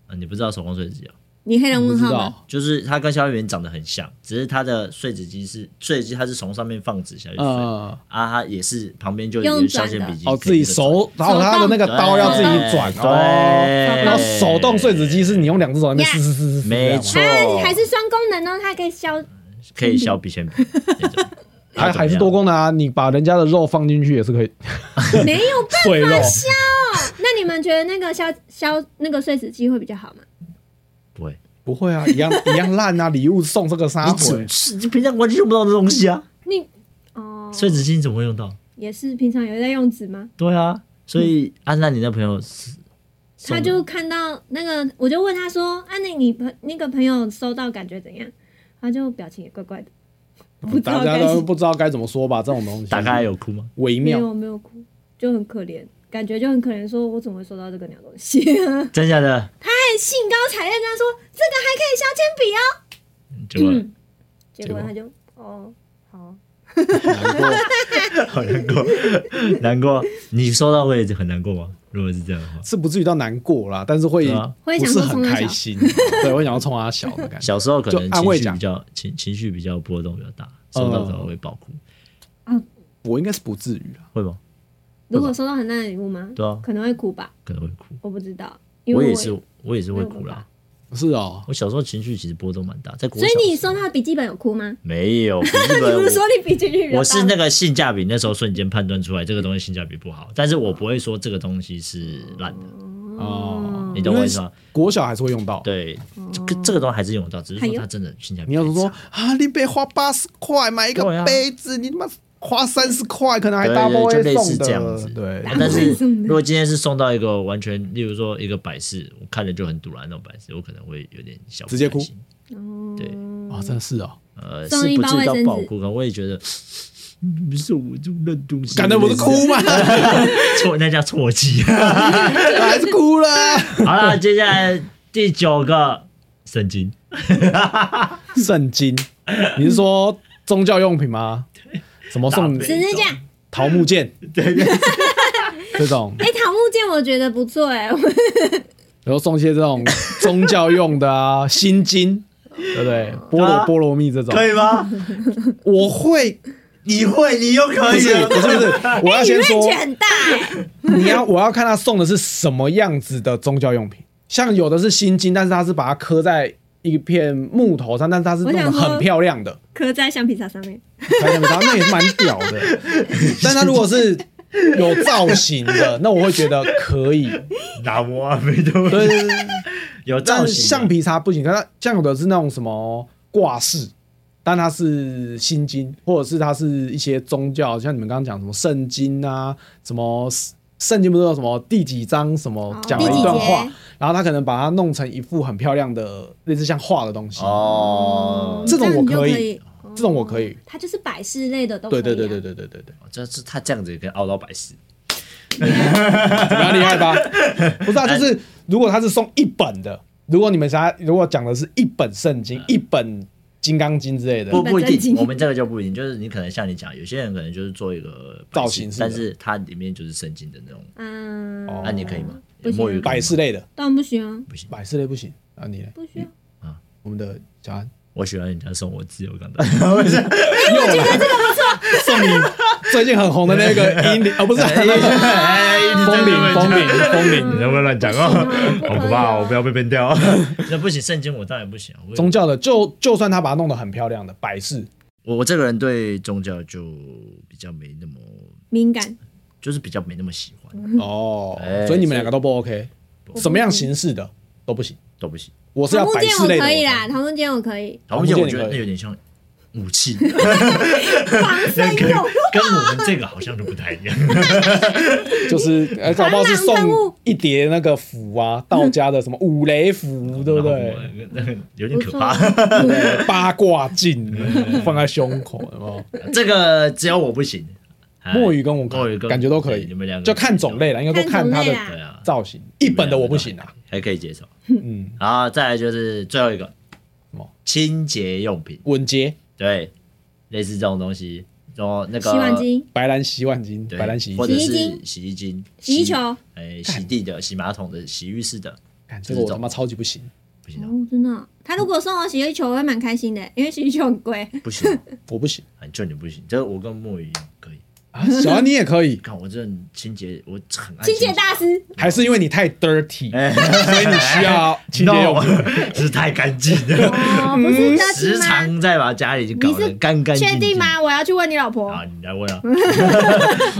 呃你不知道手工碎纸机哦，你黑人不问知号吗？道，就是它跟消防员长得很像，只是它的碎纸机是碎纸机，它是从上面放纸下去碎，啊，嗯，它也是旁边就有用一个消转遣的笔记，哦，自己手，然后他的那个对刀要自己转对哦。对然后手动碎纸机是你用两只手在那边 Yeah 撕撕撕撕撕，没这错样吗，它哎还是双功能哦，它可以消可以削笔铅笔那种，还还是多功能啊！你把人家的肉放进去也是可以没有办碎肉，法。 那你们觉得那个消消那个碎纸机会比较好吗？不会，不会啊，一样一样烂啊！礼物送这个啥你怎鬼么？是你平常完全用不到的东西啊，你哦，碎纸机你怎么会用到？也是平常有在用纸吗？对啊，所以安娜，你那朋友是送他的就看到那个，我就问他说：“啊，那你朋那个朋友收到感觉怎样？”他就表情也怪怪的，不知道大该家怎都么不知道该怎么说吧？这种东西打开有哭吗？微没妙，有没有哭，就很可怜，感觉就很可怜，说我怎么会收到这个鸟东西、 真假的？太兴高采烈跟他说：“这个还可以削铅笔哦。结果嗯”结果果他就哦好，难过。 好难过，难过。你收到会很难过吗？如果是这样的话，是不至于到难过啦，但是会对啊会不想是说很冲他开小， 心，对，会想要冲他小的感觉。小时候可能就安情慰绪讲比较情情绪比较波动比较大，收到之后会爆哭，我应该是不至于啊啦，会吗？如果收到很烂的礼物吗？对啊可能会哭吧，可能会哭。我不知道，因我为也是，我也是会哭没有啦办。是哦，我小时候情绪其实波动蛮大，在国所小以你的时候收到笔记本有哭吗？没有？不是 你不是我说你笔记本有我是那大吗个性价比，那时候瞬间判断出来这个东西性价比不好，但是我不会说这个东西是烂的，嗯哦，你懂我意思吗？国小还是会用到。对，这个这个哦嗯东西还是用得到，只是还说有它真的性价比你要是太说差啊，你被花八十块买一对个啊杯子，你他妈花三十块，可能还对 double 对对，就 A 类似送这样子的，。对啊，但是送的如果今天是送到一个完全，例如说一个百事，我看了就很堵然那种百事，我可能会有点小不直接哭开心对，啊，真的是哦，呃，是送一不包至于到卫生爆纸哭，可能我也觉得。嗯不是我这种烂东 西，感觉我是哭嘛，错，那叫错记。 还是哭了。好了，接下来第九个圣经，圣经，你是说宗教用品吗？什么送大只悲是这样。桃木剑？这种，哎、桃木剑我觉得不错哎、我然后送一些这种宗教用的啊， 心经，对不对？对菠啊萝菠萝蜜这种，以 吗？我会你会，你又可啊不是不是不 是，我要先说面积，很大哎、你要我要看他送的是什么样子的宗教用品，像有的是心经，但是它是把它刻在一片木头上，但是它是我弄想得很说漂亮的，刻在橡皮擦上面。才想到，那也是蛮屌的。但它如果是有造型的，那我会觉得 可以。拿我啊，没东对，西。对对有但造是型，啊橡皮擦不行，它像有的是那种什么挂饰，但它是心经，或者是它是一些宗教，像你们刚刚讲什么圣经啊，什么圣经不是有什么第几章什么哦讲了一段话第几节，然后他可能把它弄成一幅很漂亮的类似像画的东西，哦，这种我你就可以以，这种我可以哦。它就是百事类的都可以、对啊。对对对对对对对，这是他这样子也可以熬到百事，怎么样厉害吧？不是啊，就是如果他是送一本的，如果你们想要如果讲的是一本圣经、一本金刚经之类的，不不一本正定，经我们这个就不一定，就是你可能像你讲，有些人可能就是做一个百事造型是的但是它里面就是圣经的那种，嗯，哦那、你可以吗？不行啊摸鱼可以吗百事类的，当然不行啊，百事类不行啊，你呢？不需要。我们的小安。我喜欢人家送我自由钢 弹，又来送你最近很红的 那个英灵，哦，不是那个哎风铃，风铃，风铃， 你能不能乱讲啊？不行啊好可怕哦！我不不可以啊要被变掉。 那不行，圣经我当然不行啊，我 宗教的，就就算他把它弄得很漂亮的摆饰，我我这个人对宗教就比较没那么，敏感，就是比较没那么喜欢，嗯哦哎，所以你们两个都不 OK，行什么样形式的都不行。都不行。我是桃要木摆剑饰类我的，可以我啦，桃木剑我可以。桃木剑我觉得哦桃木剑你可以那有点像武器，防身跟用。跟我们这个好像就不太一样。就是 呃，搞不好是送防狼喷雾一叠那个符啊，道家的什么五雷符， 对不对？然后我？ 有点不可错，怕。嗯八卦镜哎放在胸口，有没有？ 这个只有我不行，哎墨鱼跟我墨鱼跟感觉都可对以你们两，个就看种类了，应该说看它看种类的啦对啊，造型。一本的我不行啊，还可以接受。嗯，然后再来就是最后一个什么，清洁用品，稳洁对，类似这种东西，然后那个洗碗巾、白兰洗碗巾、对白兰洗衣或机，者洗衣是精洗衣精、洗衣球，哦，哎，洗地的、洗马桶的、洗浴室的，干这个我他妈超级不行。不行哦，真的哦。他如果送我洗衣球，我会蛮开心的，因为洗衣球很贵。不行哦，我不行 很就你不行。这我跟墨鱼一样可以，啊，小安你也可以 你，看我这种清洁，我很爱清洁大师，还是因为你太 dirty，哎所以你需要清洁用品。品 是太干净了，哦，嗯不是德时吉吗？常再把家里搞你得是干干净确净。定？吗？我要去问你老婆。啊，你来问啊，嗯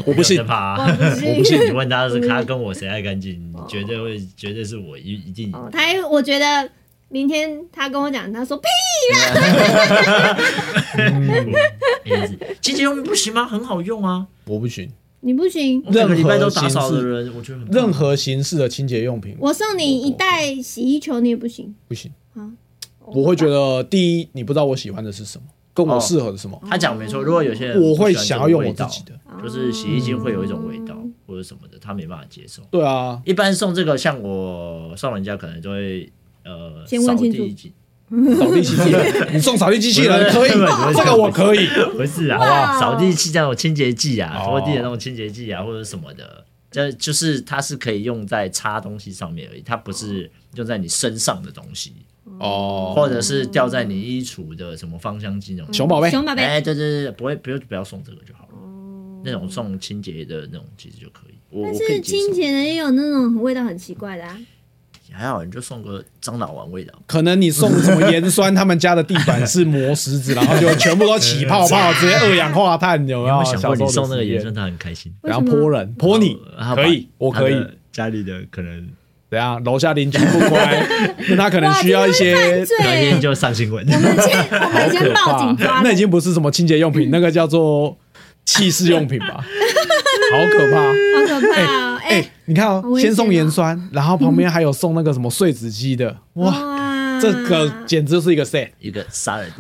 我不信有在，怕啊我不信我不信你问他是他跟我谁爱干净，你绝对会，绝对是我一一定。嗯哦，他我觉得明天他跟我讲，他说呸，清洁用品不行吗？很好用啊，我不行。你不行，我每个礼拜都打扫的人，我觉得很棒任何形式的清洁用品我送你嗯一袋洗衣球，你也不行。不行，啊我会觉得第一，你不知道我喜欢的是什么，跟我哦适合的是什么，他讲没错，如果有些人我不会喜欢这想个要用味我自道己的。就是洗衣精会有一种味哦道或者什么的，他没办法接受。对啊，一般送这个，像我送人家可能就会呃先问扫清楚地机，扫地机 器人，你送扫地机器人可以，这个我可以。不是啊，哇扫地机那种清洁剂啊，哦拖地的那种清洁剂啊，或者什么的，这就是它是可以用在擦东西上面而已，它不是哦用在你身上的东西，哦，或者是掉在你衣橱的什么芳香剂那种。熊宝贝，哦熊宝贝，哦哎，对对对，不会，不用不要送这个就好了。那种送清洁的那种其实就可以，我但我可以是接清受。洁的也有那种味道很奇怪的啊。还好你就送个樟脑丸味道，可能你送什么盐酸，他们家的地板是磨石子，然后就全部都起泡泡，直接二氧化碳，有没你有有？啊没有想过你送那个盐盐酸，他哦很开心？为然什后么泼人泼你然后，把可以，我可以他。的家里的可能怎样？楼下邻居不乖，那他可能需要一些。隔对天，就上新闻。我们先我们哎好可先怕报警抓那已人。经不是什么清洁用品，那个叫做 弃饰用品吧，好可怕。好可怕哦！哎、哎，你看好哦，危险先哦送盐酸，然后旁边还有送那个什么碎纸机的，哇，哇这个简直是一个 set，一个杀人，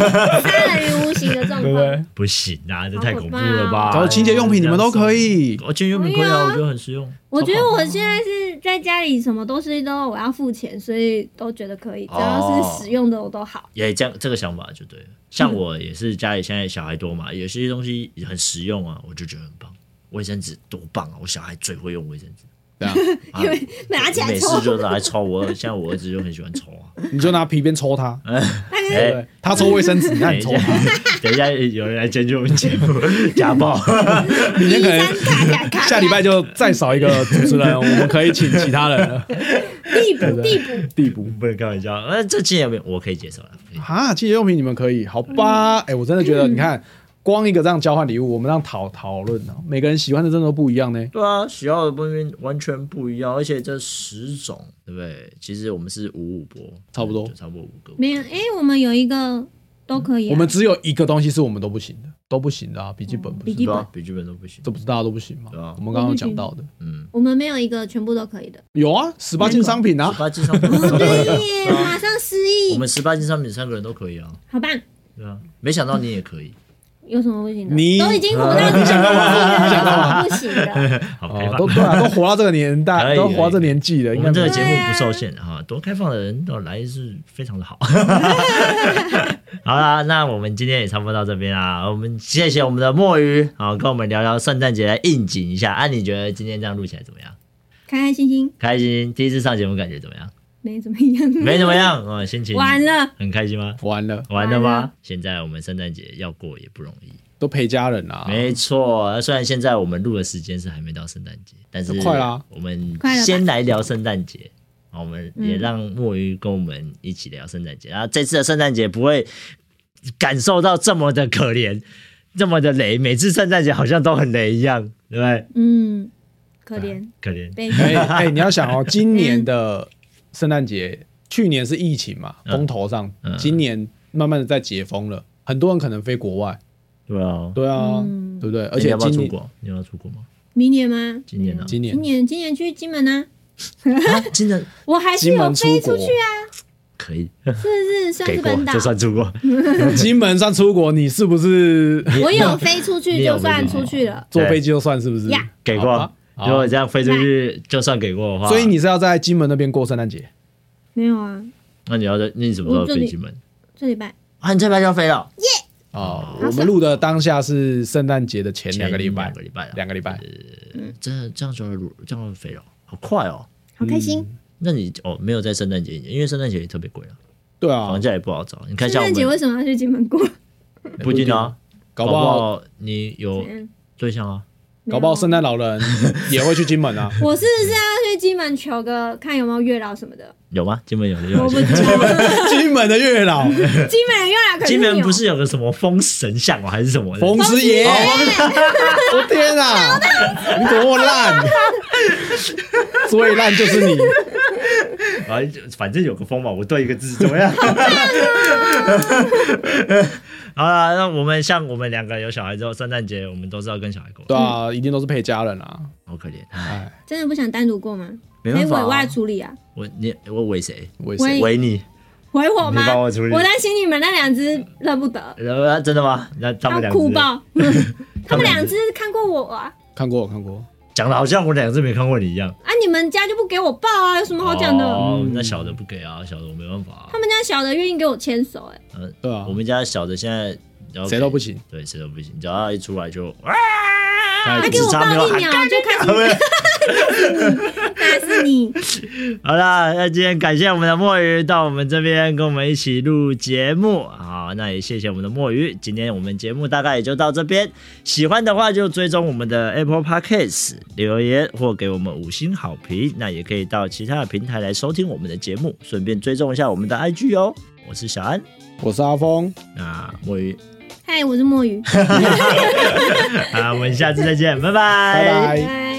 杀人于无形的状对不对况，？不行啊，这好太可恐怖怕了吧！哦然后清洁用品你们都可以，哦，清洁用品可以可以啊啊，我觉得很实用。我觉得我现在是在家里什么东西都我要付钱，所以都觉得可以，只要是使用的我都好。也这样，这个想法就对了。像我也是家里现在小孩多嘛，有些东西很实用啊，我就觉得很棒。卫生纸多棒啊！我小孩最会用卫生纸，对啊，啊 因为拿起来每抽次就拿来抽。我 像我儿子就很喜欢抽啊。你就拿皮鞭抽他，大概对不对？他抽卫生纸，那哎等你一抽下 他，，等一下有人来监督我们节目，家暴。明天可一能三卡卡卡，下礼拜就再少一个主持人，我们可以请其他人 了。地补地补， 地补不能开玩笑，呃，这清洁用品我可以接受了。可以啊，清洁用品你们可以，好嗯吧？哎、我真的觉得，你看，光一个这样交换礼物，我们这样讨讨论呢，每个人喜欢的真的都不一样呢。对啊，喜好的部分完全不一样，而且这十种，对不对？其实我们是五五波，差不多就差不多五个。没有，哎、我们有一个都可以、啊。我们只有一个东西是我们都不行的，都不行的啊，笔记本不笔是记对本啊，笔记本都不行这。不是大家都不行吗？对啊我们刚刚有讲到的，嗯，我们没有一个全部都可以的。有啊，十八禁商品十啊，八禁商品，对耶，哎马上失啊我 忆，们十八禁商品三个人都可以啊。好棒！对啊，没想到你也可以，有什么不行的？你都已经活到你想干嘛？有什么不行的？好哦开，放都。对啊，都活到这个年可代，以都活到这年纪了，我应该们这没个有节目不受限哈，多开放的人都来是非常的好。 好啦，那我们今天也差不多到这边啊啦。我们谢谢我们的墨鱼，好跟我们聊聊圣诞节来应景一下。啊，你觉得今天这样录起来怎么样？开开心心，开心，第一次上节目感觉怎么样？没怎么样。没怎么样，啊、心情完了，很开心吗？完了，玩了完吗了？现在我们圣诞节要过也不容易，都陪家人啊，没错。虽然现在我们录的时间是还没到圣诞节，但是快啦我们快了吧先来聊圣诞节。啊好我们也让墨鱼跟我们一起聊圣诞节，然后这次的圣诞节不会感受到这么的可怜，这么的雷。每次圣诞节好像都很雷一样，对不对？嗯，可怜，可怜，被 哎哎，你要想哦，今年的圣诞节，去年是疫情嘛，嗯风头上嗯，今年慢慢的在解封了，很多人可能飞国外，对啊，对啊，嗯对不对？而而且要不要今出年国？你要不要出国吗？明年吗？今年呢、今年今年今年去金门呢、啊？今年我还是金有门出飞出国去啊，可以是不是算给是过本，岛就？算出国。 金门算出国，你是不是我有飞出去你有就算飞出出去去了，坐飞机就算是不是呀？给好过吧。如果这样飞出去，就算给过的话，所以你是要在金门那边过圣诞节？没有啊，那你要在你什么时候我这飞里金门？这礼拜啊，你这边就要飞了，哦，好我们录的当下是圣诞节的前前两个礼拜啊两个，礼拜了，两个礼拜。真的这样就要这样就飞了，好快哦。好开心。那你哦，没有在圣诞节以前，因为圣诞节也特别贵了，对啊房，价也不好找。你看圣像我诞节为们什么要去金门过？不一定啊，搞不不好好你有嗯对象啊，搞不好圣诞老人也会去金门啊。我是不是要去金门求个看有没有月老什么的？有吗？金门有的有我不。知道，金门的月老 金门的月老可是金门有不是有个什么风神像哦吗？还是什么的？冯师爷，哦 我天啊，你怎么那么烂？ 最烂就是你，嗯啊，反正有个风嘛，我对一个字怎么样？ 好啦，那我们像我们两个有小孩之后，圣诞节我们都是要跟小孩过，对啊，一定都是陪家人啊。好可怜，哎，真的不想单独过吗？没可以办法啊、委外处理啊，我你我为谁？为我谁？也为你？回我你吗？帮我处理我担心你们那两只认不得，呃，真的吗？那他们要两哭个爆。他们两只看过我啊，看过，我看过。讲的好像我两次没看过你一样。啊，你们家就不给我抱啊，有什么好讲的？哦嗯，那小的不给啊，小的我没办法、啊他。们家小的愿意给我牵手，哎，对啊我，们家小的现在要给谁都不行，对，谁都不行，只要他一出来就啊，他他给我抱一秒就开始，那是你，好啦，那今天感谢我们的墨鱼到我们这边跟我们一起录节目，好，那也谢谢我们的墨鱼。今天我们节目大概也就到这边，喜欢的话就追踪我们的 Apple Podcast 留言或给我们五星好评，那也可以到其他的平台来收听我们的节目，顺便追踪一下我们的 IG 哦。我是小安，我是阿峰，那墨鱼，嗨，我是墨鱼，啊，我们下次再见，拜拜拜。拜。